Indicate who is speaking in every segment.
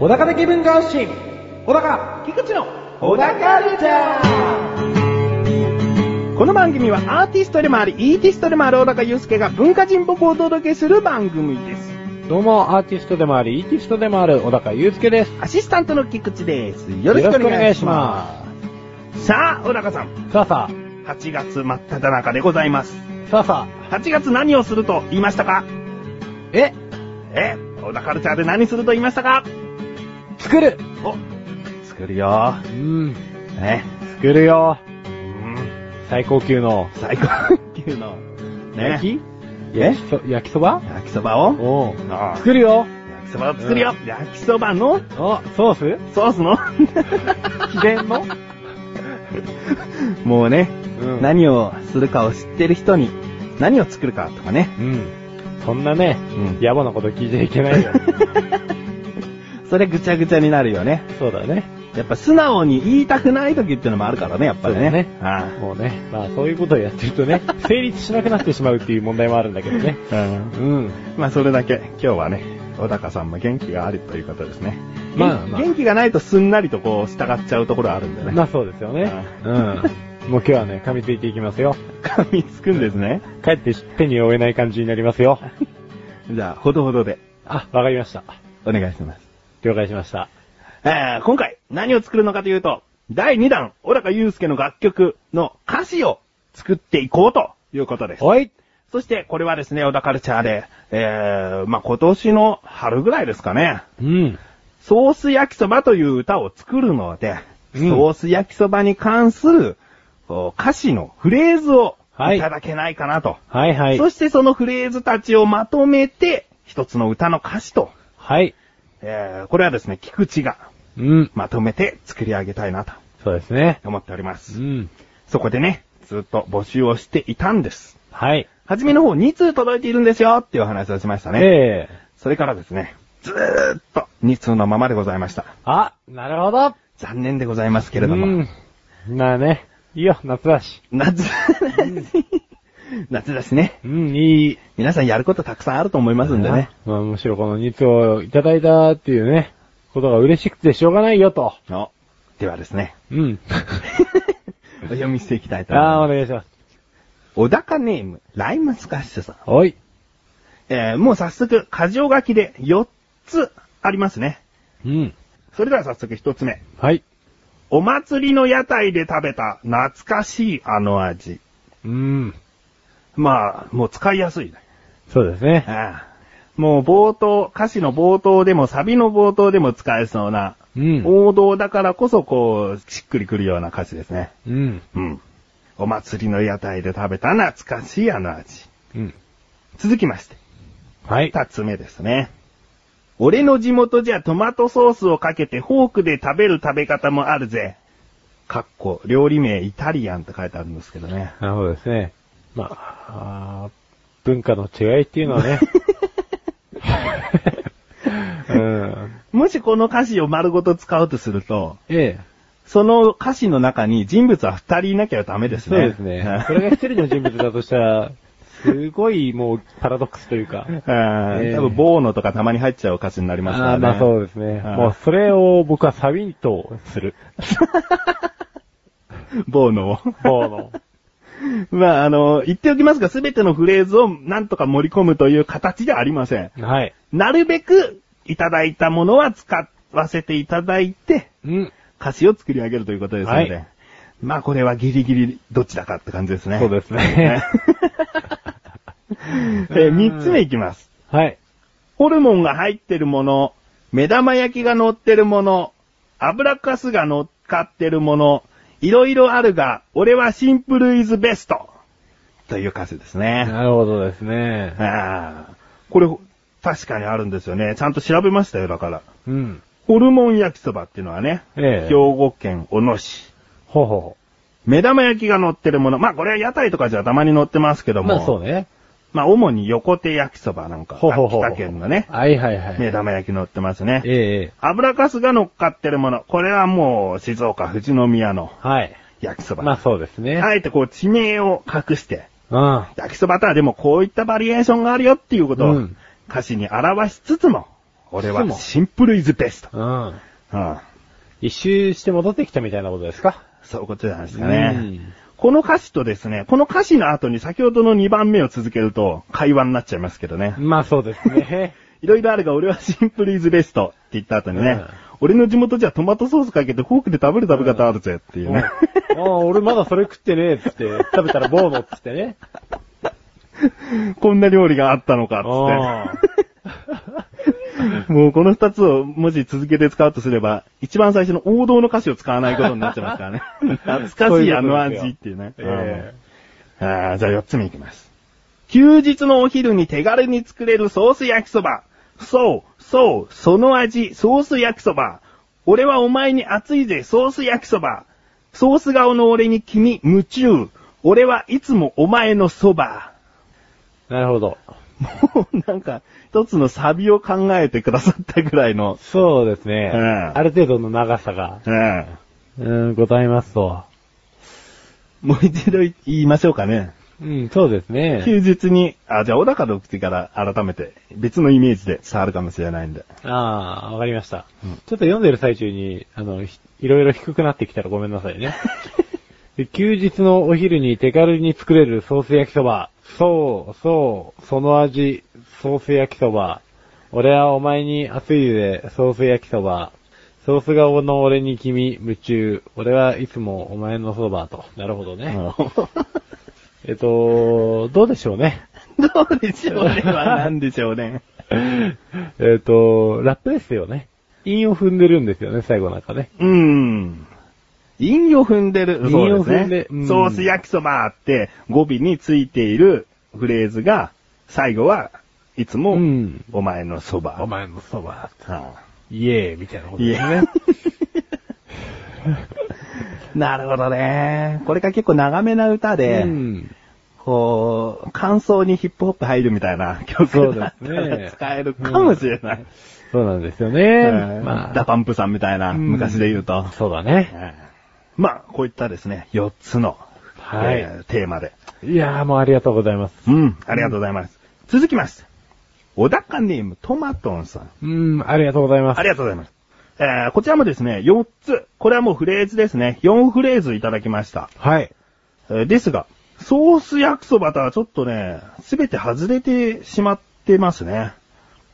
Speaker 1: 小高で気分が発信小高菊池の小高ルチャーこの番組はアーティストでもあり、イーティストでもある小高祐介が文化人僕をお届けする番組です。
Speaker 2: どうも、アーティストでもあり、イーティストでもある、小高祐介です。。
Speaker 1: アシスタントの菊池です。よろしくお願いしますす。さあ、小高さん、
Speaker 2: さあさ
Speaker 1: 8月真っ只中でございます。
Speaker 2: あ、さあさ
Speaker 1: 8月何をすると言いましたか
Speaker 2: あ、え、
Speaker 1: え小高ルチャーで何すると言いましたか
Speaker 2: 作る
Speaker 1: お、作るよ
Speaker 2: う。ん、
Speaker 1: ね。
Speaker 2: 作るよ。
Speaker 1: うん、
Speaker 2: 最高級の、
Speaker 1: 最高級の。
Speaker 2: 焼
Speaker 1: ね。
Speaker 2: き焼きそ、焼きそば
Speaker 1: 焼きそばを
Speaker 2: おう
Speaker 1: ああ
Speaker 2: 作るよ。
Speaker 1: 焼きそばを作るよ、焼きそばの
Speaker 2: お、ソー
Speaker 1: ソースの
Speaker 2: ス秘伝の
Speaker 1: もうね、
Speaker 2: うん
Speaker 1: 何をするかを知ってる人に何を作るかとかね。
Speaker 2: うん。そんなね、
Speaker 1: うん
Speaker 2: 野暮なこと聞いちゃいけな いよ。
Speaker 1: それぐちゃぐちゃになるよね。
Speaker 2: そうだね。
Speaker 1: やっぱ素直に言いたくない時ってのもあるからね、やっぱりね。
Speaker 2: そうだね
Speaker 1: あ
Speaker 2: もうね、まあそういうことをやってると ね、成立しなくなってしまうっていう問題もあるんだけどね。
Speaker 1: あ
Speaker 2: うん。
Speaker 1: まあそれだけ、今日はね、小高さんも元気があるということですね。
Speaker 2: まあまあ
Speaker 1: 元気がないとすんなりとこう従っちゃうところあるんだよね。
Speaker 2: まあそうですよね。うん。もう今日はね、噛みついていきますよ。
Speaker 1: 噛みつくんですね。
Speaker 2: 帰って手に負えない感じになりますよ。
Speaker 1: じゃあ、ほどほどで
Speaker 2: あ、わかりました。
Speaker 1: お願いします。
Speaker 2: 了解しました。
Speaker 1: えー今回何を作るのかというと、第2弾、小高祐介の楽曲の歌詞を作っていこうということです。
Speaker 2: おい
Speaker 1: そして、これはですね、小田カルチャーで、えー、まあ、今年の春ぐらいですかね、
Speaker 2: うん。
Speaker 1: ソース焼きそばという歌を作るので、
Speaker 2: うん
Speaker 1: ソース焼きそばに関するこう歌詞のフレーズを
Speaker 2: はい
Speaker 1: いただけないかなと。
Speaker 2: はいはい。
Speaker 1: そしてそのフレーズたちをまとめて、一つの歌の歌詞と、
Speaker 2: はい。
Speaker 1: えー、これはですね、菊池が
Speaker 2: うん。
Speaker 1: まとめて作り上げたいなと
Speaker 2: そうですね。
Speaker 1: 思っておりま
Speaker 2: う
Speaker 1: す。
Speaker 2: ん。
Speaker 1: そこでね、ずっと募集をしていたんです。
Speaker 2: はい。
Speaker 1: 初めの方2通届いているんですよっていうお話をしましたね。
Speaker 2: ええ
Speaker 1: それからですね、ずーっと2通のままでございました。
Speaker 2: あ、なるほど
Speaker 1: 残念でございますけれども。
Speaker 2: うん。なあね。いいよ、夏だし。
Speaker 1: 夏、夏だしね。
Speaker 2: うん、いい。
Speaker 1: 皆さんやることたくさんあると思いますんでね。
Speaker 2: まあ、むしろこの2つをいただいたっていうね、ことが嬉しくてしょうがないよと。
Speaker 1: おではです ね、
Speaker 2: うん。
Speaker 1: お読みしていきたいと思い
Speaker 2: ああ、
Speaker 1: ま
Speaker 2: お
Speaker 1: す。
Speaker 2: 願いします。
Speaker 1: 小高ネーム、ライムスカッシュさん。
Speaker 2: おい。
Speaker 1: えー、もう早速、箇条書きで4つありますね。
Speaker 2: うん。
Speaker 1: それでは早速1つ目。
Speaker 2: はい。
Speaker 1: お祭りの屋台で食べた懐かしいあの味。
Speaker 2: うん。
Speaker 1: まあ、もう使いやすいね。
Speaker 2: そうですね。
Speaker 1: ああもう冒頭、歌詞の冒頭でもサビの冒頭でも使えそうな、
Speaker 2: うん
Speaker 1: 王道だからこそこう、しっくりくるような歌詞ですね。
Speaker 2: うん。
Speaker 1: うん。お祭りの屋台で食べた懐かしいあの味。
Speaker 2: うん。
Speaker 1: 続きまして、
Speaker 2: はい。
Speaker 1: 二つ目ですね。俺の地元じゃトマトソースをかけてフォークで食べる食べ方もあるぜ。かっこ、料理名イタリアンって書いてあるんですけどね。
Speaker 2: なるほどですね。まあ、あー文化の違いっていうのはね。うん。
Speaker 1: もしこの歌詞を丸ごと使うとすると、
Speaker 2: ええ。
Speaker 1: その歌詞の中に人物は二人いなきゃダメです
Speaker 2: そ
Speaker 1: ね。
Speaker 2: うです ね。それが一人の人物だとしたら、すごいもうパラドックスというか。
Speaker 1: うん
Speaker 2: ええ
Speaker 1: 多分、ボーノとかたまに入っちゃう歌詞になりますから
Speaker 2: あ
Speaker 1: ね。
Speaker 2: あー、まあそうですね。
Speaker 1: うん
Speaker 2: もうそれを僕はサビンとする。
Speaker 1: ボーノを。
Speaker 2: もうの。
Speaker 1: まあ、あの、言っておきますが、すべてのフレーズをなんとか盛り込むという形ではありません。
Speaker 2: はい。
Speaker 1: なるべく、いただいたものは使わせていただいて、
Speaker 2: うん。
Speaker 1: 歌詞を作り上げるということですので。
Speaker 2: はい
Speaker 1: まあ、これはギリギリどっちだかって感じですね。
Speaker 2: そうです ね。
Speaker 1: えー三つ目いきます。
Speaker 2: はい。
Speaker 1: ホルモンが入ってるもの、目玉焼きが乗ってるもの、油かすが乗っかってるもの、いろいろあるが、俺はシンプルイズベストという歌詞ですね。
Speaker 2: なるほどですね。
Speaker 1: ああこれ、確かにあるんですよね。ちゃんと調べましたよ、だから。
Speaker 2: うん。
Speaker 1: ホルモン焼きそばっていうのはね、
Speaker 2: ええ
Speaker 1: 兵庫県小野市。
Speaker 2: ほうほうほ
Speaker 1: 目玉焼きが乗ってるもの。まあ、これは屋台とかじゃたまに乗ってますけど
Speaker 2: う。
Speaker 1: も。
Speaker 2: まあそうね。
Speaker 1: まあ、主に横手焼きそばなんか、
Speaker 2: ほうほうほう。
Speaker 1: 秋田県のね、
Speaker 2: はいはいはい。
Speaker 1: 目玉焼き乗ってますね。
Speaker 2: ええ
Speaker 1: 油かすが乗っかってるもの。これはもう、静岡、富士宮の
Speaker 2: はい。
Speaker 1: 焼きそば。
Speaker 2: まあそうですね。
Speaker 1: あえてこう地名を隠して、
Speaker 2: うん。
Speaker 1: 焼きそばとはでもこういったバリエーションがあるよっていうこと
Speaker 2: う
Speaker 1: を
Speaker 2: ん
Speaker 1: 歌詞に表しつつも、俺
Speaker 2: つつ
Speaker 1: は
Speaker 2: も
Speaker 1: シンプルイズベスト。
Speaker 2: うん。
Speaker 1: うん。
Speaker 2: 一周して戻ってきたみたいなことですか
Speaker 1: そういうことじゃないですかね。この歌詞とですね、この歌詞の後に先ほどの2番目を続けると会話になっちゃいますけどね
Speaker 2: う。ん。まあそうです ね。
Speaker 1: いろいろあるが俺はシンプルイズベストって言った後にね、
Speaker 2: うん
Speaker 1: 俺の地元じゃトマトソースかけてフォークで食べる食べ方あるぜっていうね。
Speaker 2: うんああ、俺まだそれ食ってねえっつって、食べたらボーノっつってね。
Speaker 1: こんな料理があったのかっ
Speaker 2: あ
Speaker 1: つ って。もうこの二つをもし続けて使うとすれば、一番最初の王道の歌詞を使わないことになっちゃいます からね。懐かしいあの味っていうね。
Speaker 2: え
Speaker 1: あーじゃあ四つ目いきます。休日のお昼に手軽に作れるソース焼きそば。そう、そう、その味、ソース焼きそば。俺はお前に熱いぜ、ソース焼きそば。ソース顔の俺に君、夢中。俺はいつもお前のそば。
Speaker 2: えなるほど。
Speaker 1: もうなんか、一つのサビを考えてくださったぐらいの。
Speaker 2: そうですね。
Speaker 1: うん
Speaker 2: ある程度の長さが、
Speaker 1: うん。
Speaker 2: うん、ございますと。
Speaker 1: もう一度言いましょうかね。
Speaker 2: うん、そうですね。
Speaker 1: 休日に、あ、じゃあ小高の口から改めて別のイメージで触るかもしれないんで。
Speaker 2: ああ、わかりました、
Speaker 1: うん
Speaker 2: ちょっと読んでる最中に、あの、ひいろいろ低くなってきたらごめんなさいね。 で休日のお昼に手軽に作れるソース焼きそば。そう、そう、その味、ソース焼きそば。俺はお前に熱いで、ソース焼きそば。ソース顔の俺に君、夢中。俺はいつもお前のそばと。なるほどね。 えっと、どうでしょうね。
Speaker 1: どうでしょうねは何でしょうね。
Speaker 2: えっと、ラップですよね。韻を踏んでるんですよね、最後なんかね。
Speaker 1: うん。陰を踏んでる。
Speaker 2: 韻を
Speaker 1: そう
Speaker 2: 踏ん
Speaker 1: で
Speaker 2: です
Speaker 1: ね
Speaker 2: うん
Speaker 1: ソース焼きそばって語尾についているフレーズが、最後はいつも
Speaker 2: うん
Speaker 1: お前のそば。
Speaker 2: 前のそば、
Speaker 1: はあ
Speaker 2: イエーイみたいなこと
Speaker 1: い
Speaker 2: です
Speaker 1: や
Speaker 2: ね。。
Speaker 1: なるほどね。これが結構長めな歌で、
Speaker 2: うん。
Speaker 1: こう、感想にヒップホップ入るみたい な曲だった
Speaker 2: そうです
Speaker 1: ら
Speaker 2: ね
Speaker 1: 使えるかもしれない。
Speaker 2: そうなんですよ
Speaker 1: え
Speaker 2: ね。
Speaker 1: ー
Speaker 2: ま
Speaker 1: ダ
Speaker 2: あ、
Speaker 1: パンプさんみたいな、
Speaker 2: うん
Speaker 1: 昔で言うと。
Speaker 2: そうだね。
Speaker 1: えーまあ、こういったですね、4つの、
Speaker 2: はい
Speaker 1: えーテーマで。
Speaker 2: いやーもうありがとうございます。
Speaker 1: うん、ありがとうございます。続きまして、小高ネームトマトンさん。
Speaker 2: うん、ありがとうございます
Speaker 1: あ。りがとうございます。えー、こちらもですね、4つ。これはもうフレーズですね。4フレーズいただきました。
Speaker 2: はい。
Speaker 1: えーですが、ソース焼きそばとはちょっとね、すべて外れてしまってますね。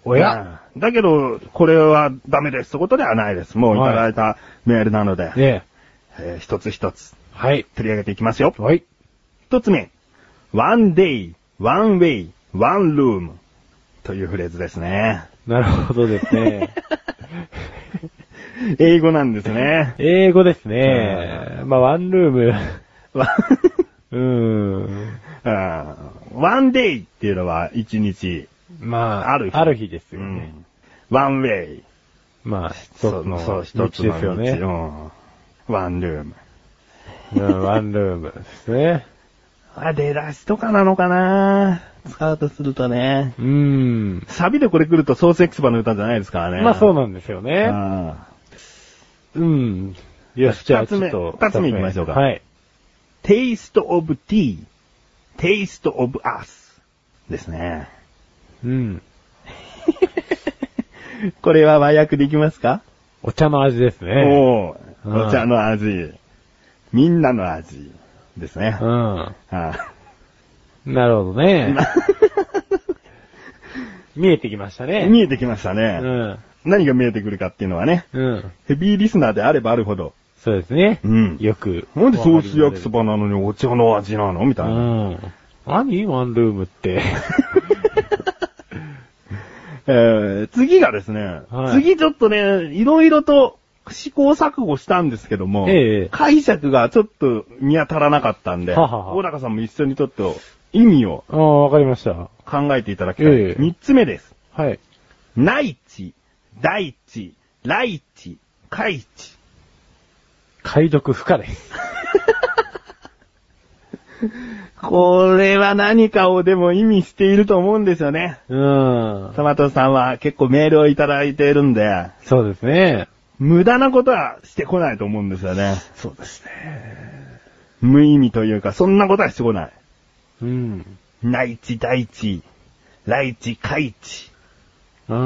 Speaker 2: おや
Speaker 1: うんだけど、これはダメですってことではないです。もういただいたメールなので、
Speaker 2: ね
Speaker 1: えー一つ一つ
Speaker 2: え。はい。
Speaker 1: 取り上げていきますよ。
Speaker 2: はい。
Speaker 1: 一つ目。one day, one way, one room というフレーズですね。
Speaker 2: なるほどです ね。
Speaker 1: 英語なんです ね。
Speaker 2: 英語ですね。まあ、ワンルーム。
Speaker 1: わ
Speaker 2: うーん。
Speaker 1: うん、one day っていうのは一日、
Speaker 2: まあ、
Speaker 1: ある日。
Speaker 2: ある日です
Speaker 1: う
Speaker 2: よね。
Speaker 1: ん。one way
Speaker 2: まあ、一つ
Speaker 1: そう
Speaker 2: の
Speaker 1: そう、
Speaker 2: 道
Speaker 1: 一つの
Speaker 2: ですよね。
Speaker 1: 道うん。ワンルーム。
Speaker 2: うん、ワンルームです ね。
Speaker 1: あ、出だしとかなのかな使うとするとね。
Speaker 2: うーん。
Speaker 1: サビでこれ来るとソースエクスパの歌じゃないですからね。
Speaker 2: まあそう
Speaker 1: う
Speaker 2: なんですよね。うん。よし、じゃあ
Speaker 1: 二つ
Speaker 2: ちょ
Speaker 1: 目
Speaker 2: っと。
Speaker 1: 二つ目行きましょうか
Speaker 2: はい。
Speaker 1: taste of tea, taste of us ですね。
Speaker 2: うん。
Speaker 1: これは和訳できますか、
Speaker 2: お茶の味ですね。
Speaker 1: お
Speaker 2: うん
Speaker 1: ーお茶の味。みんなの味。ですね
Speaker 2: う。ん。
Speaker 1: あ
Speaker 2: なるほど ね。見えてきましたね。
Speaker 1: 見えてきました
Speaker 2: う
Speaker 1: ね。
Speaker 2: ん。
Speaker 1: 何が見えてくるかっていうのはね、
Speaker 2: うん。
Speaker 1: ヘビーリスナーであればあるほど、
Speaker 2: そうですね。
Speaker 1: うん
Speaker 2: よく。
Speaker 1: なんでソース焼きそばなのにお茶の味なのみ
Speaker 2: う
Speaker 1: たいな。
Speaker 2: ん。何ワンルー ムって。
Speaker 1: えー、次がですね、
Speaker 2: はい
Speaker 1: 次ちょっとね、いろいろと試行錯誤したんですけども、
Speaker 2: ええ
Speaker 1: 解釈がちょっと見当たらなかったんで、
Speaker 2: ははは
Speaker 1: 小高さんも一緒にちょっと意味を
Speaker 2: ああ、わかりました。
Speaker 1: 考えていただきたい。
Speaker 2: ええ
Speaker 1: 三つ目です。
Speaker 2: はい。
Speaker 1: 内地、大地、来地、海地。
Speaker 2: 解読不可です。
Speaker 1: これは何かをでも意味していると思うんですよね。
Speaker 2: うん。
Speaker 1: トマトさんは結構メールをいただいているんで、
Speaker 2: そうですね。
Speaker 1: 無駄なことはしてこないと思うんですよね。
Speaker 2: そうですね。
Speaker 1: 無意味というか、そんなことはしてこない。
Speaker 2: うん。
Speaker 1: 内地、大地、来地、海地。
Speaker 2: うー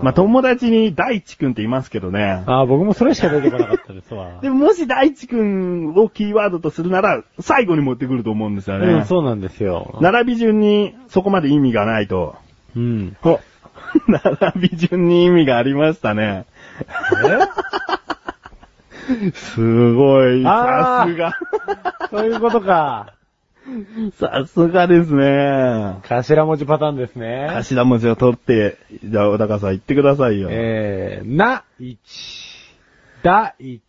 Speaker 2: ん。
Speaker 1: まあ、友達に大地くんっていますけどね。
Speaker 2: あー僕もそれしか出てこなかったですわ。
Speaker 1: でも、もし大地くんをキーワードとするなら、最後に持ってくると思うんですよね。
Speaker 2: うん、そうなんですよ。
Speaker 1: 並び順に、そこまで意味がないと。
Speaker 2: うん。
Speaker 1: お 並び順に意味がありましたね。 すごい、
Speaker 2: あ
Speaker 1: さ
Speaker 2: ー
Speaker 1: すが。
Speaker 2: そういうことか。
Speaker 1: さすがですね。
Speaker 2: 頭文字パターンですね。
Speaker 1: 頭文字を取って、じゃあ、小高さん言ってくださいよ。
Speaker 2: えー、な、いち、だ、いち、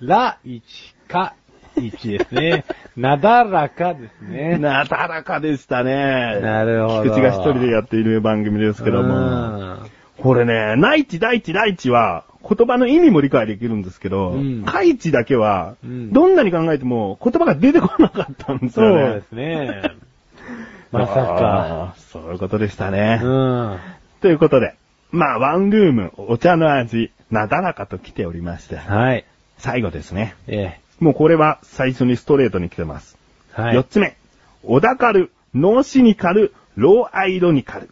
Speaker 2: ら、いち、か、いちですね。 なだらかですね。
Speaker 1: なだらかでしたね。
Speaker 2: なるほど
Speaker 1: 菊池が一人でやっている番組ですけども。これね、内地、大地、大地は、言葉の意味も理解できるんですけど、
Speaker 2: うん
Speaker 1: 海地だけは、
Speaker 2: うん
Speaker 1: どんなに考えても言葉が出てこなかったんです
Speaker 2: そう
Speaker 1: よ
Speaker 2: で
Speaker 1: ね。
Speaker 2: す ね。まさか。
Speaker 1: あー。そういうことでしたね。
Speaker 2: うん。
Speaker 1: ということで、まあ、ワンルーム、お茶の味、なだらかと来ておりまして、
Speaker 2: はい。
Speaker 1: 最後ですね。
Speaker 2: え
Speaker 1: もうこれは最初にストレートに来てます。
Speaker 2: ー、
Speaker 1: 四
Speaker 2: はい。
Speaker 1: つ目、小高カル、ノーシニカル、ローアイロニカル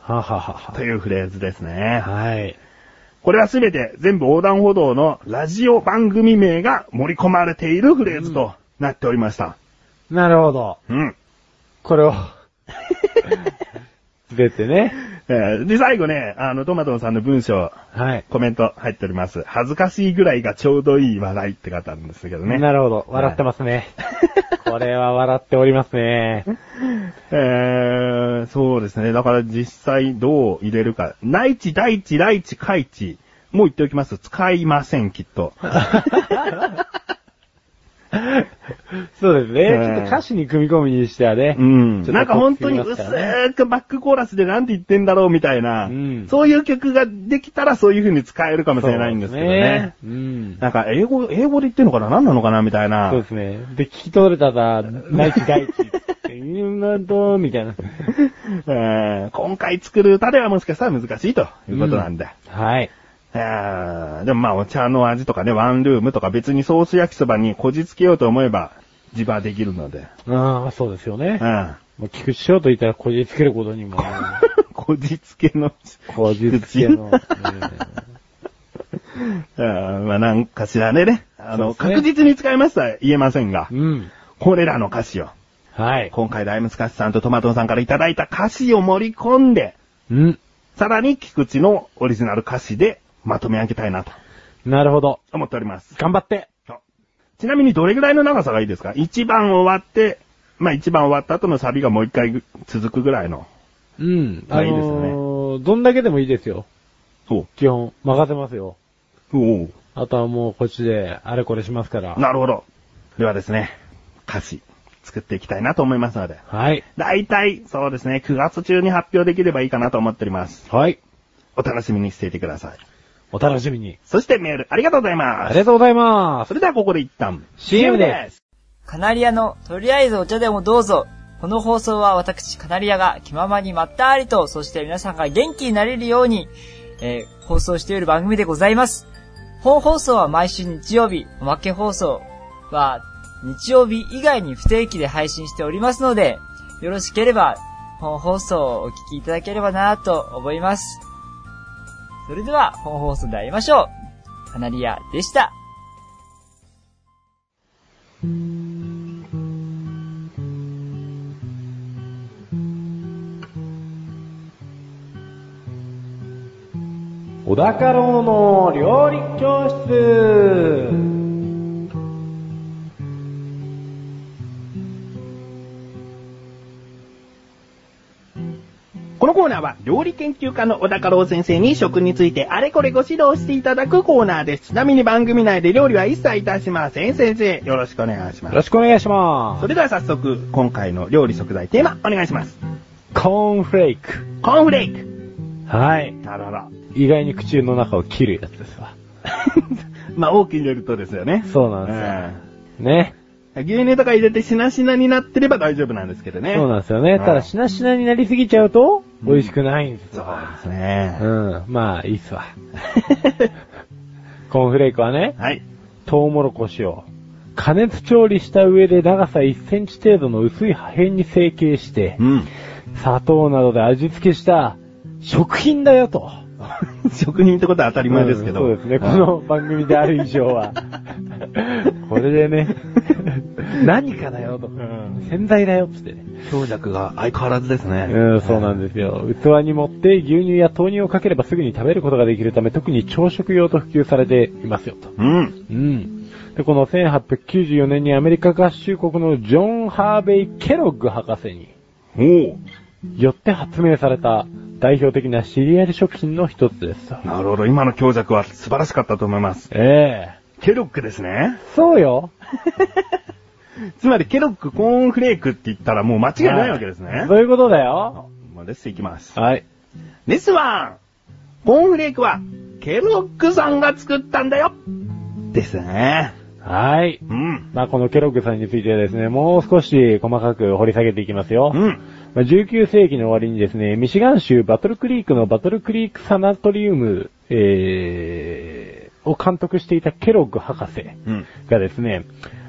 Speaker 2: ははは
Speaker 1: と
Speaker 2: は。
Speaker 1: いうフレーズですね。
Speaker 2: はい。
Speaker 1: これはすべて全部横断歩道のラジオ番組名が盛り込まれているフレーズとなっておりました。
Speaker 2: なるほど。
Speaker 1: うん。
Speaker 2: これを。出てね。
Speaker 1: えーで、最後ね、あの、トマトさんの文章、
Speaker 2: はい。
Speaker 1: コメント入っております。恥ずかしいぐらいがちょうどいい笑いって方なんですけどね。
Speaker 2: なるほど。笑ってますね。 これは笑っておりますね。
Speaker 1: えー、そうですね。だから実際どう入れるか。内地、大地、来地、海地。もう言っておきます。使いません、きっと。
Speaker 2: そうですね。
Speaker 1: うん
Speaker 2: ちょっと歌詞に組み込みにしてはね。
Speaker 1: うん。
Speaker 2: ちょっと
Speaker 1: なんか本当に
Speaker 2: こう作りますからね
Speaker 1: 薄くバックコーラスでなんて言ってんだろうみたいな、
Speaker 2: うん
Speaker 1: そういう曲ができたらそういう風に使えるかもしれないんですけどね。
Speaker 2: そうですうん。
Speaker 1: なんか英語、英語で言ってんのかな何なのかなみたいな。
Speaker 2: そうですね。で、聞き取れたら、大地大地。うん、なんと、みたいな。
Speaker 1: えー今回作る歌ではもしかしたら難しいということなんで。
Speaker 2: はい。
Speaker 1: えーでもまあお茶の味とかね、ワンルームとか別にソース焼きそばにこじつけようと思えば自場できるので。
Speaker 2: ああ、そうですよね
Speaker 1: う。 ん。
Speaker 2: もう菊池翔と言ったらこじつけることにも。
Speaker 1: こじつけの、
Speaker 2: こじつけの。
Speaker 1: うんまあなんかしらでね、あの、
Speaker 2: そうです
Speaker 1: 確
Speaker 2: ね
Speaker 1: 実に使いますとは言えませんが
Speaker 2: う、ん。
Speaker 1: これらの歌詞を、
Speaker 2: はい。
Speaker 1: 今回大ムスカシさんとトマトンさんからいただいた歌詞を盛り込んで、
Speaker 2: うん。
Speaker 1: さらに菊池のオリジナル歌詞でまとめ上げたいなと
Speaker 2: なるほど。
Speaker 1: 思っております。
Speaker 2: 頑張って。
Speaker 1: ちなみにどれぐらいの長さがいいですか一番終わって、まあ一番終わった後のサビがもう一回続くぐらいの。
Speaker 2: うん。
Speaker 1: あいいですね
Speaker 2: ね。どんだけでもいいですよ。
Speaker 1: そう。
Speaker 2: 基本、任せますよ。
Speaker 1: おう
Speaker 2: あとはもうこっちで、あれこれしますから。
Speaker 1: なるほど。ではですね、歌詞作っていきたいなと思いますので。
Speaker 2: はい。
Speaker 1: 大体、そうですね、9月中に発表できればいいかなと思っております。
Speaker 2: はい。
Speaker 1: お楽しみにしていてください。
Speaker 2: お楽しみに。
Speaker 1: そしてメール、ありがとうございます。
Speaker 2: ありがとうございます
Speaker 1: そ。れではここで一旦。
Speaker 2: CM です
Speaker 3: カナリアのとりあえずお茶でもどうぞ。この放送は私、カナリアが気ままにまったりと、そして皆さんが元気になれるように、えー放送している番組でございます。本放送は毎週日曜日、おまけ放送は日曜日以外に不定期で配信しておりますので、よろしければ本放送をお聞きいただければなと思います。それでは本放送で会いましょう。カナリアでした。
Speaker 2: 小高郎の料理教室
Speaker 1: このコーナーは料理研究家の小高郎先生に食についてあれこれご指導していただくコーナーです。ちなみに番組内で料理は一切いたしません。先生、よろしくお願いしま
Speaker 2: よろ
Speaker 1: す。
Speaker 2: しくお願いしま
Speaker 1: それでは早速、今回の料理食材テーマ、お願いします。
Speaker 2: す。コーンフレーク。
Speaker 1: コーンフレーク。
Speaker 2: はい。
Speaker 1: なるほど。
Speaker 2: 意外に口の中を切るやつですわ。
Speaker 1: まあ、大きく入れるとですよね。
Speaker 2: そうなんですよね。
Speaker 1: うん牛乳とか入れてしなしなになってれば大丈夫なんですけどね。
Speaker 2: そうなんですよね。
Speaker 1: うん
Speaker 2: ただ、しなしなになりすぎちゃうと、
Speaker 1: うん
Speaker 2: 美味しくないんです
Speaker 1: そう
Speaker 2: わ。
Speaker 1: ですね。
Speaker 2: うん。まあ、いいっすわ。コーンフレークは ね、
Speaker 1: はい。
Speaker 2: トウモロコシを加熱調理した上で長さ1センチ程度の薄い破片に成形して、
Speaker 1: うん。
Speaker 2: 砂糖などで味付けした食品だよと。
Speaker 1: 職人ってことは当たり前ですけど。
Speaker 2: うんそうですね。この番組である以上 は。これでね、 何かだよと。洗剤だよっつってね。
Speaker 1: 強弱が相変わらずですね。
Speaker 2: うん、そうなんですよ。器に盛って牛乳や豆乳をかければすぐに食べることができるため、特に朝食用と普及されていますよと。
Speaker 1: うん。
Speaker 2: うん。で、この1894年にアメリカ合衆国のジョン・ハーベイ・ケロッグ博士に
Speaker 1: おー
Speaker 2: よって発明された代表的なシリアル食品の一つですと。
Speaker 1: なるほど。今の強弱は素晴らしかったと思います。
Speaker 2: え
Speaker 1: ケロックですね
Speaker 2: え。そうよ。
Speaker 1: つまりケロックコーンフレークって言ったらもう間違いないわけですね。
Speaker 2: そういうことだよ。
Speaker 1: まあ、レッスンいきます。
Speaker 2: はい。
Speaker 1: レッスンは、コーンフレークはケロックさんが作ったんだよですね。
Speaker 2: はい。
Speaker 1: うん。
Speaker 2: まあ、このケロッグさんについてはですね、もう少し細かく掘り下げていきますよ。
Speaker 1: うん。
Speaker 2: まあ19世紀の終わりにですね、ミシガン州バトルクリークのバトルクリークサナトリウム、えー、を監督していたケロッグ博士
Speaker 1: うん。
Speaker 2: がですね、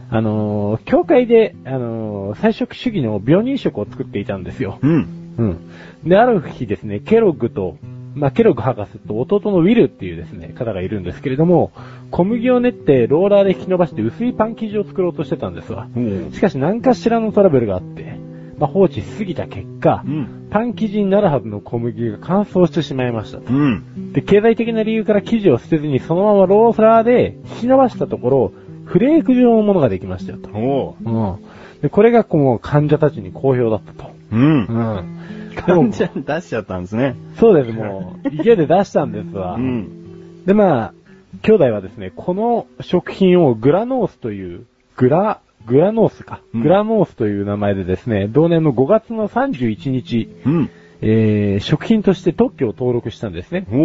Speaker 2: あのー教会で、あのー菜食主義の病人食を作っていたんですよ。
Speaker 1: うん。
Speaker 2: うん。で、ある日ですね、ケロッグと、まあ、ケロッグ博士と弟のウィルっていうですね、方がいるんですけれども、小麦を練ってローラーで引き伸ばして薄いパン生地を作ろうとしてたんですわ。
Speaker 1: うん
Speaker 2: しかし何かしらのトラブルがあって、まあ、放置しすぎた結果、
Speaker 1: うん。
Speaker 2: パン生地になるはずの小麦が乾燥してしまいましたと。
Speaker 1: うん。
Speaker 2: で、経済的な理由から生地を捨てずにそのままローラーで引き伸ばしたところ、フレーク状のものができましたよと。
Speaker 1: おう。
Speaker 2: うん。で、これがこう患者たちに好評だったと。
Speaker 1: うん
Speaker 2: う。ん。でも
Speaker 1: 患者に出しちゃったんですね。
Speaker 2: そうです、もう。家で出したんです わ。
Speaker 1: うん。
Speaker 2: で、まあ、兄弟はですね、この食品をグラノースという、グラ、グラノースか。
Speaker 1: うん
Speaker 2: グラノースという名前でですね、同年の5月の31日、
Speaker 1: うん。
Speaker 2: えー、食品として特許を登録したんですね。
Speaker 1: おう。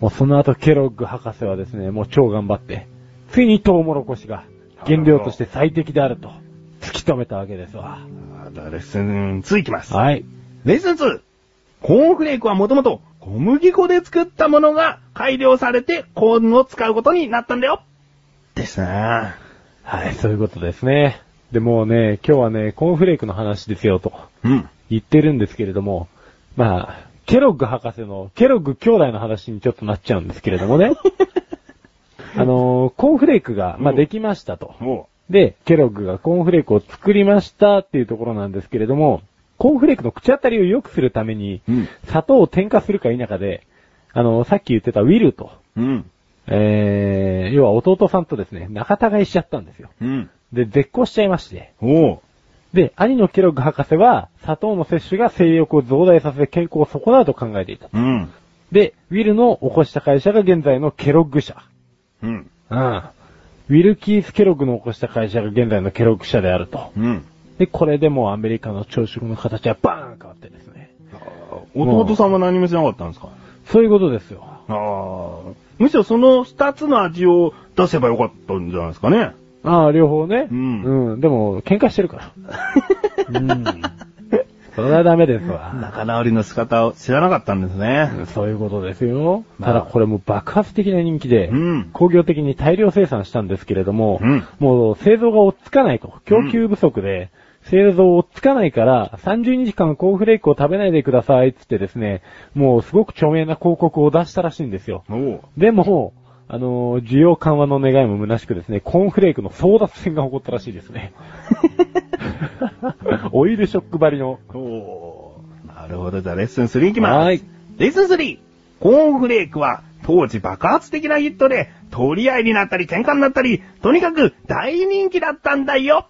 Speaker 2: もうその後、ケロッグ博士はですね、もう超頑張って、ついにトウモロコシが原料として最適であると、突き止めたわけですわ。
Speaker 1: あじゃあレッスン2いきます。
Speaker 2: はい。
Speaker 1: レッスン 2! コーンフレークはもともと小麦粉で作ったものが改良されてコーンを使うことになったんだよですな
Speaker 2: はい、そういうことですね。で、もうね、今日はね、コーンフレークの話ですよ、と
Speaker 1: うん。
Speaker 2: 言ってるんですけれども、まあ、ケロッグ博士の、ケロッグ兄弟の話にちょっとなっちゃうんですけれど もね。あのーコーンフレークが、まあ、できましたと。
Speaker 1: お
Speaker 2: で、ケロッグがコーンフレークを作りましたっていうところなんですけれども、コーンフレークの口当たりを良くするために、
Speaker 1: うん。
Speaker 2: 砂糖を添加するか否かで、あの、さっき言ってたウィルと、
Speaker 1: うん。
Speaker 2: えー、要は弟さんとですね、仲違いしちゃったんですよ。
Speaker 1: うん。
Speaker 2: で、絶交しちゃいまして。
Speaker 1: おう。
Speaker 2: で、兄のケロッグ博士は、砂糖の摂取が性欲を増大させ健康を損なうと考えていた。
Speaker 1: うん。
Speaker 2: で、ウィルの起こした会社が現在のケロッグ社。
Speaker 1: うん。
Speaker 2: うん。ウィルキース・ケロッグの起こした会社が現在のケロッグ社であると。
Speaker 1: うん。
Speaker 2: で、これでもうアメリカの朝食の形はバーン変わってですね。
Speaker 1: 弟さんは何もしなかったんですか
Speaker 2: そういうことですよ。
Speaker 1: ああ。むしろその二つの味を出せばよかったんじゃないですかね。
Speaker 2: ああ、両方ね。
Speaker 1: うん
Speaker 2: うん。でも、喧嘩してるから。うん。それはダメですわ。
Speaker 1: 仲直りの仕方を知らなかったんですね。
Speaker 2: そういうことですよ。
Speaker 1: まあ
Speaker 2: ただこれも爆発的な人気で、
Speaker 1: うん
Speaker 2: 工業的に大量生産したんですけれども、
Speaker 1: うん
Speaker 2: もう製造が追っつかないと。供給不足で、製造追っつかないから、30日間コーンフレークを食べないでくださいっつってですね、もうすごく著名な広告を出したらしいんですよ。
Speaker 1: おう。
Speaker 2: でも、あのー需要緩和の願いも虚しくですね、コーンフレークの争奪戦が起こったらしいで すね。オイルショック張りの。
Speaker 1: おーなるほど。じゃあ、レッスン3いきます。
Speaker 2: はい。
Speaker 1: レッスン 3! コーンフレークは、当時爆発的なヒットで、取り合いになったり喧嘩になったり、とにかく大人気だったんだよ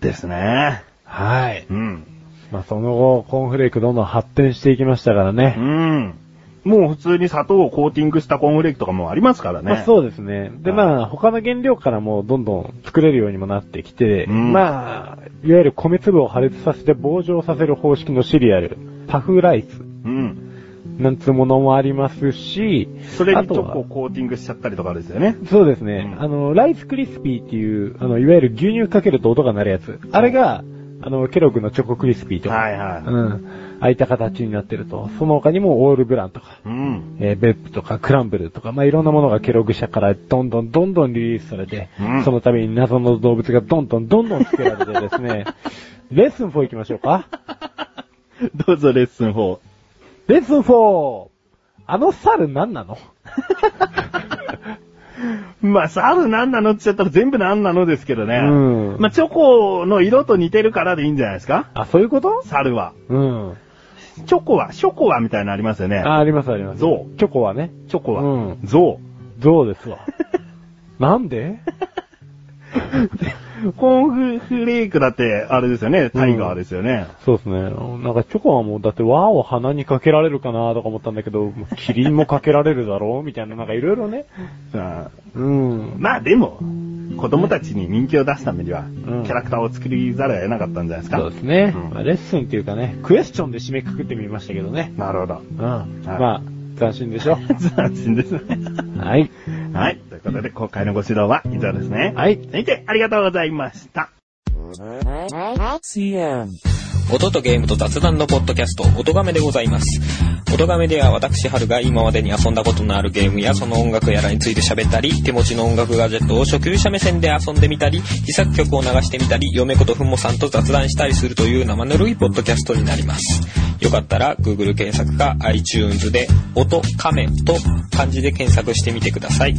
Speaker 1: ですね。
Speaker 2: はい。
Speaker 1: うん。
Speaker 2: まあ、その後、コーンフレークどんどん発展していきましたからね。
Speaker 1: うん。もう普通に砂糖をコーティングしたコーンフレークとかもありますからね。
Speaker 2: まあ、そうですね。で、
Speaker 1: はい
Speaker 2: まあ、他の原料からもどんどん作れるようにもなってきて、
Speaker 1: うん
Speaker 2: まあ、いわゆる米粒を破裂させて膨張させる方式のシリアル、パフライス、
Speaker 1: うん。
Speaker 2: なんつうものもありますし、
Speaker 1: それ
Speaker 2: あ
Speaker 1: にチ
Speaker 2: と
Speaker 1: ョ
Speaker 2: は
Speaker 1: コをコーティングしちゃったりとかですよね。
Speaker 2: そうですね。
Speaker 1: うん
Speaker 2: あの、ライスクリスピーっていう、あの、いわゆる牛乳かけると音が鳴るやつ。あれが、あの、ケロッグのチョコクリスピーとか。
Speaker 1: はいはい
Speaker 2: うん。あいた形になってると。その他にもオールブランとか、
Speaker 1: うん。
Speaker 2: えーベップとかクランブルとか、まあ、いろんなものがケログ社からどんどんどんどんリリースされて、
Speaker 1: うん
Speaker 2: そのために謎の動物がどんどんどんどん作られてですね、 レッスン4行きましょうか。
Speaker 1: どうぞレッスン4。
Speaker 2: レッスン 4! あの猿何なの
Speaker 1: まあ、猿何なのって言っちゃったら全部何なのですけどね。
Speaker 2: うん
Speaker 1: まあ、チョコの色と似てるからでいいんじゃないですか
Speaker 2: あ、そういうこと
Speaker 1: 猿は。
Speaker 2: うん。
Speaker 1: チョコは、ショコはみたいなのありますよね。
Speaker 2: あ、ありますあります。
Speaker 1: 象
Speaker 2: チョコはね、
Speaker 1: チョコは。
Speaker 2: うん
Speaker 1: ゾ
Speaker 2: 象です わ。なんで
Speaker 1: ウ。コーンフレークだって、あれですよね。タイガーですよね。
Speaker 2: そうですね。なんかチョコはもう、だって輪を鼻にかけられるかなとか思ったんだけど、もうキリンもかけられるだろうみたいな、なんかいろいろね。
Speaker 1: うん
Speaker 2: うん。
Speaker 1: まあでも、子供たちに人気を出すためには、
Speaker 2: ん
Speaker 1: キャラクターを作りざるを得なかったんじゃないですか。
Speaker 2: そうですね。
Speaker 1: うん
Speaker 2: まあレッスンっていうかね、クエスチョンで締めくくってみましたけどね。
Speaker 1: なるほど。
Speaker 2: うん。まあ、斬新でしょ。
Speaker 1: 斬新ですね。
Speaker 2: はい。
Speaker 1: はい。ということで、今回のご指導は以上ですね。
Speaker 2: はい。
Speaker 1: い。て、ありがとうございました。
Speaker 4: CM.
Speaker 5: 音とゲームと雑談のポッドキャスト、音亀でございます。音亀では私、春が今までに遊んだことのあるゲームやその音楽やらについて喋ったり、手持ちの音楽ガジェットを初級者目線で遊んでみたり、自作曲を流してみたり、嫁ことふもさんと雑談したりするという生ぬるいポッドキャストになります。よかったら、Google 検索か iTunes で、音亀と漢字で検索してみてください。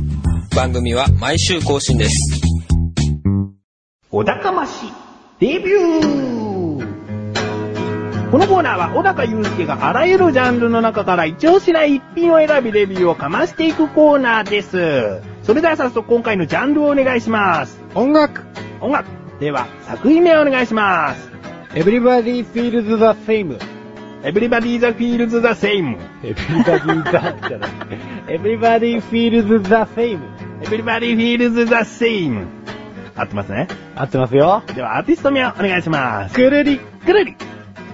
Speaker 5: 番組は毎週更新です。
Speaker 1: お高まし、デビューこのコーナーは、小高祐介があらゆるジャンルの中から一押しな一品を選び、レビューをかましていくコーナーです。それでは早速、今回のジャンルをお願いします。
Speaker 2: 音楽
Speaker 1: 音楽。では、作品名をお願いします。
Speaker 2: !Everybody feels the same.
Speaker 1: Everybody the feels the same.
Speaker 2: Everybody the, じゃない。Everybody feels the same.
Speaker 1: Everybody feels the same. 合ってますね。
Speaker 2: 合ってますよ。
Speaker 1: では、アーティスト名をお願いします。
Speaker 2: くるり
Speaker 1: くるり。
Speaker 2: っ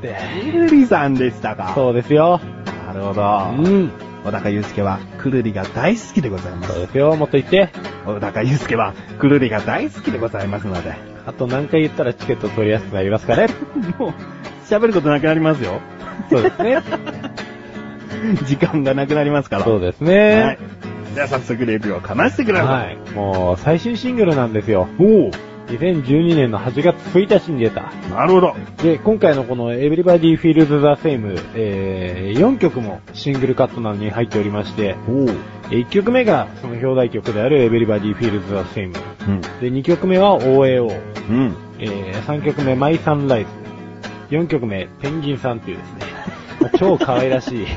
Speaker 2: て。
Speaker 1: くるりさんでしたか。
Speaker 2: そうですよ。
Speaker 1: なるほ
Speaker 2: う
Speaker 1: ど。
Speaker 2: ん。
Speaker 1: 小高祐介は、くるりが大好きでございま
Speaker 2: そう
Speaker 1: す。
Speaker 2: ですよ。もっと言って。
Speaker 1: 小高祐介は、くるりが大好きでございますので、
Speaker 2: あと何回言ったらチケット取りやすくなります かね。
Speaker 1: もう、喋ることなくなりますよ。
Speaker 2: そうですね。
Speaker 1: 時間がなくなりますから。
Speaker 2: そうです
Speaker 1: は
Speaker 2: ね
Speaker 1: い。。じゃあ、早速レビューをかましてくだ
Speaker 2: は
Speaker 1: さ
Speaker 2: い
Speaker 1: い。。
Speaker 2: もう最新シングルなんですよ。
Speaker 1: おお
Speaker 2: 2012年の8月1日に出た。
Speaker 1: なるほど。
Speaker 2: で、今回のこの Everybody Feels the Same、えー、4曲もシングルカットなのに入っておりまして、
Speaker 1: おお
Speaker 2: 1曲目がその表題曲である Everybody Feels the Same。
Speaker 1: うん。
Speaker 2: で、2曲目は OAO。
Speaker 1: うん。
Speaker 2: えー、3曲目 My Sunrise。4曲目、ペンギンさんっていうですね。 超可愛らしい。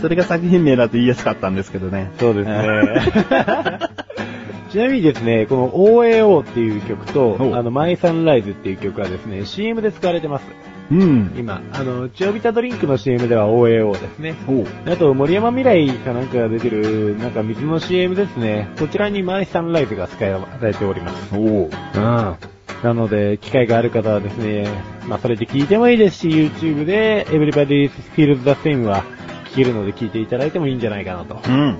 Speaker 1: それが作品名だと言いやすかったんですけどね。
Speaker 2: そうで すね。ちなみにですね、この OAO っていう曲と、
Speaker 1: お
Speaker 2: あの、マイサンライズっていう曲はですね、CM で使われてます。
Speaker 1: うん。
Speaker 2: 今、あの、チオビタドリンクの CM では OAO ですね。
Speaker 1: おう
Speaker 2: あと、森山未来かなんかが出てる、なんか水の CM ですね。こちらにマイサンライズが使われております。
Speaker 1: おう
Speaker 2: うん。なので、機会がある方はですね、まあ、それで聞いてもいいですし、YouTube で Everybody Feels the Same は聞けるので聞いていただいてもいいんじゃないかなと。
Speaker 1: うん。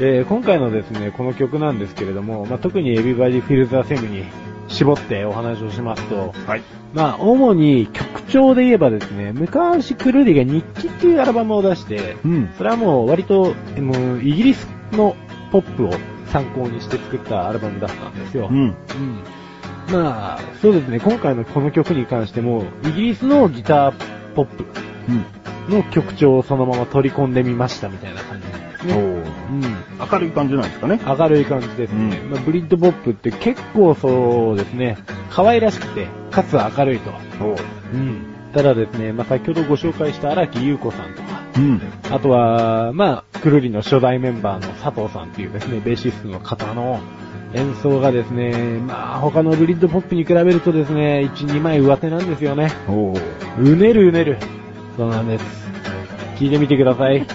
Speaker 2: えー今回のですね、この曲なんですけれども、まあ、特に Everybody Feels the Same に絞ってお話をしますと、
Speaker 1: はい。
Speaker 2: まあ、主に曲調で言えばですね、昔クルーリが日記っていうアルバムを出して、
Speaker 1: うん。
Speaker 2: それはもう割と、えーもうイギリスのポップを参考にして作ったアルバムだったんですよ。
Speaker 1: うん。
Speaker 2: うんまあ、そうですね、今回のこの曲に関しても、イギリスのギターポップの曲調をそのまま取り込んでみましたみたいな感じなんです
Speaker 1: うん。
Speaker 2: ね。
Speaker 1: おう
Speaker 2: うん
Speaker 1: 明るい感じなんですかね。
Speaker 2: 明るい感じですね。
Speaker 1: う
Speaker 2: まあ、ブリッドポップって結構そうですね、可愛らしくて、かつ明るいと。
Speaker 1: おう
Speaker 2: うん。ただですね、まあ、先ほどご紹介した荒木優子さんとか、
Speaker 1: うん。
Speaker 2: あとは、まあ、くるりの初代メンバーの佐藤さんっていうですね、ベーシストの方の演奏がですね、まあ、他のブリッドポップに比べるとですね、1、2枚上手なんですよね。
Speaker 1: おう
Speaker 2: うねるうねる。そうなんです。聞いてみてくだ さい。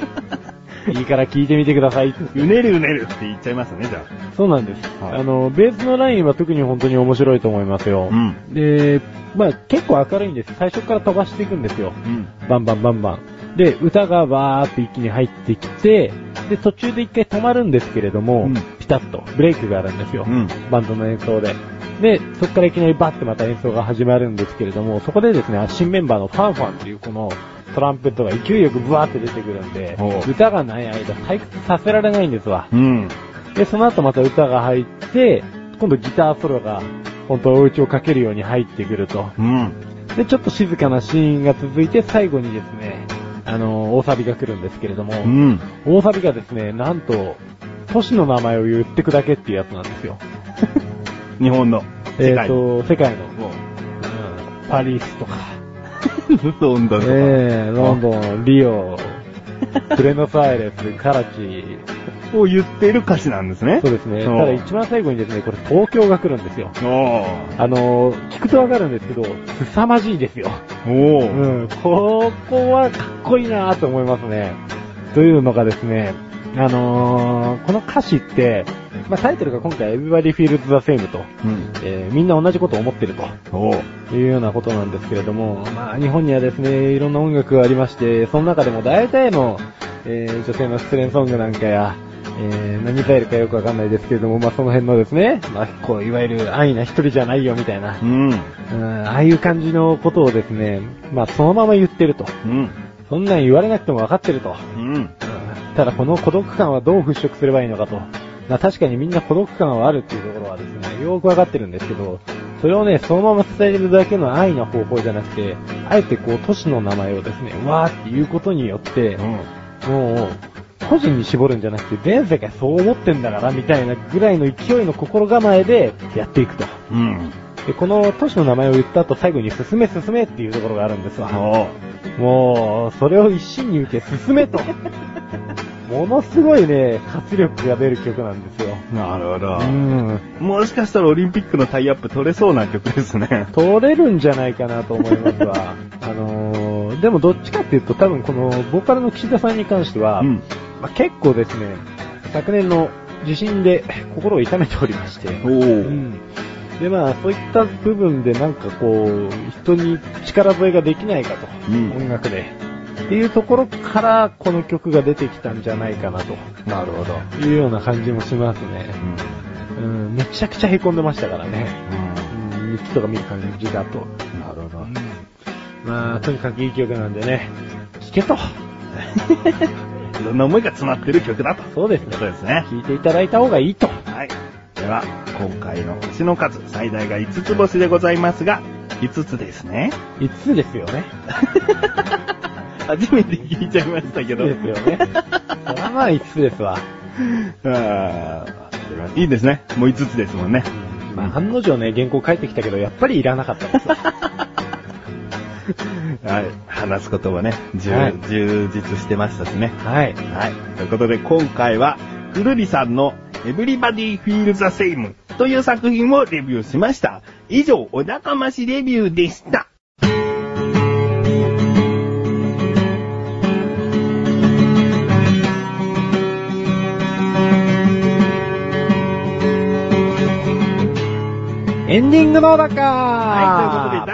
Speaker 2: いいから聞いてみてください。
Speaker 1: うねるうねるって言っちゃいますね、じゃ
Speaker 2: そうなんです。
Speaker 1: はい
Speaker 2: あの、ベースのラインは特に本当に面白いと思いますよ
Speaker 1: あ。。ん。
Speaker 2: で、まあ結構明るいんです。最初から飛ばしていくんですよ。
Speaker 1: うん。
Speaker 2: バンバンバンバン。で、歌がバーって一気に入ってきて、で、途中で一回止まるんですけれども、
Speaker 1: うん
Speaker 2: ピタッとブレイクがあるんですよ。
Speaker 1: うん。
Speaker 2: バンドの演奏で。で、そこからいきなりバッてまた演奏が始まるんですけれども、そこでですね、新メンバーのファンファンっていうこのトランペットが勢いよくブワーって出てくるんで
Speaker 1: おう、
Speaker 2: 歌がない間退屈させられないんですわ。
Speaker 1: うん。
Speaker 2: で、その後また歌が入って、今度ギターソロが、本当お家をかけるように入ってくると。
Speaker 1: うん。
Speaker 2: で、ちょっと静かなシーンが続いて、最後にですね、あの、大サビが来るんですけれども、
Speaker 1: うん。
Speaker 2: 大サビがですね、なんと、都市の名前を言ってくだけっていうやつなんですよ。
Speaker 1: 日本の
Speaker 2: え
Speaker 1: 世
Speaker 2: っ、
Speaker 1: 界の。
Speaker 2: と、世界の、
Speaker 1: もう
Speaker 2: うんパリスとか、
Speaker 1: ロンドンとか
Speaker 2: ねえ、ロンドン、リオ、ブレノスアイレス、カラチ、
Speaker 1: を言ってる歌詞なんですね。
Speaker 2: そうですね。た
Speaker 1: お
Speaker 2: だ一番最後にですね、これ東京が来るんですよ。
Speaker 1: お
Speaker 2: あのー、聞くとわかるんですけど、凄まじいですよ。
Speaker 1: お
Speaker 2: う
Speaker 1: お
Speaker 2: ん、ここはかっこいいなと思いますね。というのがですね、あのー、この歌詞って、まあ、タイトルが今回 Everybody Feels the Same と、
Speaker 1: うん。
Speaker 2: えーみんな同じことを思ってると。
Speaker 1: おう
Speaker 2: いうようなことなんですけれども、まあ、日本にはですね、いろんな音楽がありまして、その中でも大体の、えー女性の失恋ソングなんかや、えー何歌えるかよくわかんないですけれども、まあ、その辺のですね、まあ、こう、いわゆる安易な一人じゃないよみたいな
Speaker 1: う、ん。
Speaker 2: うん、ああいう感じのことをですね、まあ、そのまま言ってると。
Speaker 1: うん。
Speaker 2: そんなん言われなくてもわかってると。
Speaker 1: うん。
Speaker 2: ただこの孤独感はどう払拭すればいいのかと。まあ確かにみんな孤独感はあるっていうところはですね、よーくわかってるんですけど、それをね、そのまま伝えるだけの安易な方法じゃなくて、あえてこう都市の名前をですね、わーって言うことによって
Speaker 1: う、ん。
Speaker 2: もう、個人に絞るんじゃなくて、全世界そう思ってんだから、みたいなぐらいの勢いの心構えでやっていくと。
Speaker 1: うん。
Speaker 2: で、この都市の名前を言った後、最後に進め進めっていうところがあるんですわ。
Speaker 1: おう
Speaker 2: もう、それを一身に受け進めと。ものすごいね、活力が出る曲なんですよ。
Speaker 1: なるほど
Speaker 2: う。ん。
Speaker 1: もしかしたらオリンピックのタイアップ取れそうな曲ですね。
Speaker 2: 取れるんじゃないかなと思いますわ。あのー、でもどっちかっていうと多分このボーカルの岸田さんに関しては、
Speaker 1: うん。
Speaker 2: まあ結構ですね、昨年の地震で 心を痛めておりまして、
Speaker 1: お
Speaker 2: うん。でまあそういった部分でなんかこう、人に力添えができないかと。
Speaker 1: うん。
Speaker 2: 音楽で。っていうところから、この曲が出てきたんじゃないかなと。
Speaker 1: なるほど。
Speaker 2: いうような感じもします
Speaker 1: うん。
Speaker 2: ね。うん、めちゃくちゃ凹んでましたからね。
Speaker 1: う
Speaker 2: うん、日記とか見る感じだと。
Speaker 1: ん。なるほど。
Speaker 2: まあ、とにかくいい曲なんでね、聴けと。
Speaker 1: いろんな思いが詰まってる曲だと。
Speaker 2: そうです
Speaker 1: というこ。と
Speaker 2: ね
Speaker 1: ですね。
Speaker 2: 聴いていただいた方がいいと。
Speaker 1: はい。では、今回の星の数、最大が5つ星でございますが、5つですね。
Speaker 2: 5つですよね。
Speaker 1: 初めて聞いちゃいましたけど。
Speaker 2: 5つですよね。そらまあ5つですわ。
Speaker 1: あーいいですね。もう5つですもんね。
Speaker 2: まあ、案の定ね、原稿書いてきたけど、やっぱりいらなかったですわ。
Speaker 1: はい。話すこともね、充
Speaker 2: はい
Speaker 1: 充実してましたしね。
Speaker 2: はい。
Speaker 1: はい。ということで、今回は、くるりさんの Everybody Feel the Same という作品をレビューしました。以上、お仲間しレビューでした。
Speaker 2: エンディングのだか
Speaker 1: はい、ということで、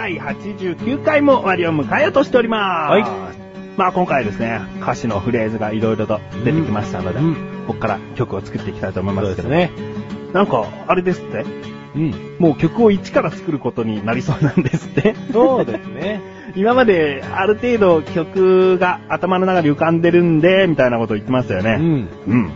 Speaker 1: 第89回も終わりを迎えようとしております。
Speaker 2: は
Speaker 1: まあ今回ですね、歌詞のフレーズがいろいろと出てきましたので、
Speaker 2: うん
Speaker 1: ここから曲を作っていきたいと思いま
Speaker 2: そ
Speaker 1: す
Speaker 2: う
Speaker 1: け
Speaker 2: で
Speaker 1: ど
Speaker 2: す。ね。
Speaker 1: なんか、あれですって
Speaker 2: うん。
Speaker 1: もう曲を一から作ることになりそうなんですって。
Speaker 2: そうですね。
Speaker 1: 今まである程度曲が頭の中に浮かんでるんで、みたいなこと言ってましたよ
Speaker 2: う
Speaker 1: ね。
Speaker 2: ん。
Speaker 1: うん。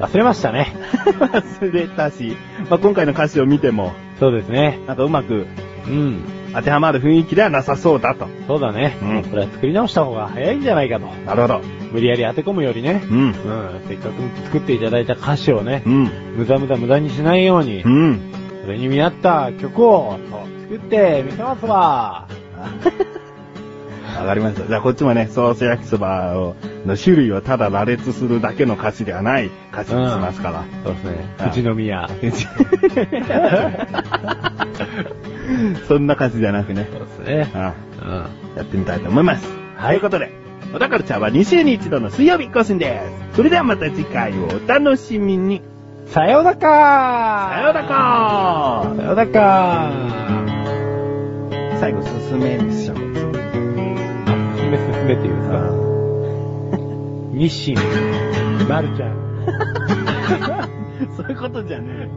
Speaker 2: 忘れましたね。
Speaker 1: 忘れたし、まあ今回の歌詞を見ても、
Speaker 2: そうですね。
Speaker 1: なんかうまく
Speaker 2: うん。
Speaker 1: 当てはまる雰囲気ではなさそうだと。
Speaker 2: そうだね。
Speaker 1: うん
Speaker 2: これは作り直した方が早いんじゃないかと。
Speaker 1: なるほど。
Speaker 2: 無理やり当て込むよりね。
Speaker 1: うん。
Speaker 2: うん。せっかく作っていただいた歌詞をね、
Speaker 1: うん。
Speaker 2: 無駄無駄無駄にしないように
Speaker 1: う、ん。
Speaker 2: それに見合った曲を作ってみせますわ。
Speaker 1: わかりました。じゃあこっちもね、ソース焼きそばをの種類をただ羅列するだけの歌詞ではない歌詞にしますから。
Speaker 2: そうですね。
Speaker 1: ああ
Speaker 2: 富士宮。
Speaker 1: そんな歌詞じゃなくね、
Speaker 2: そうですね。
Speaker 1: あ
Speaker 2: うん。
Speaker 1: やってみたいと思います。
Speaker 2: はい
Speaker 1: ということで、小田カルチャーは2週に1度の水曜日更新です。それではまた次回をお楽しみに。
Speaker 2: さようだか
Speaker 1: さようなら
Speaker 2: さようだか
Speaker 1: 最後、すすめにしよ う。
Speaker 2: あ進め進めっていうさ。日清、マルちゃん。
Speaker 1: そういうことじゃねえ。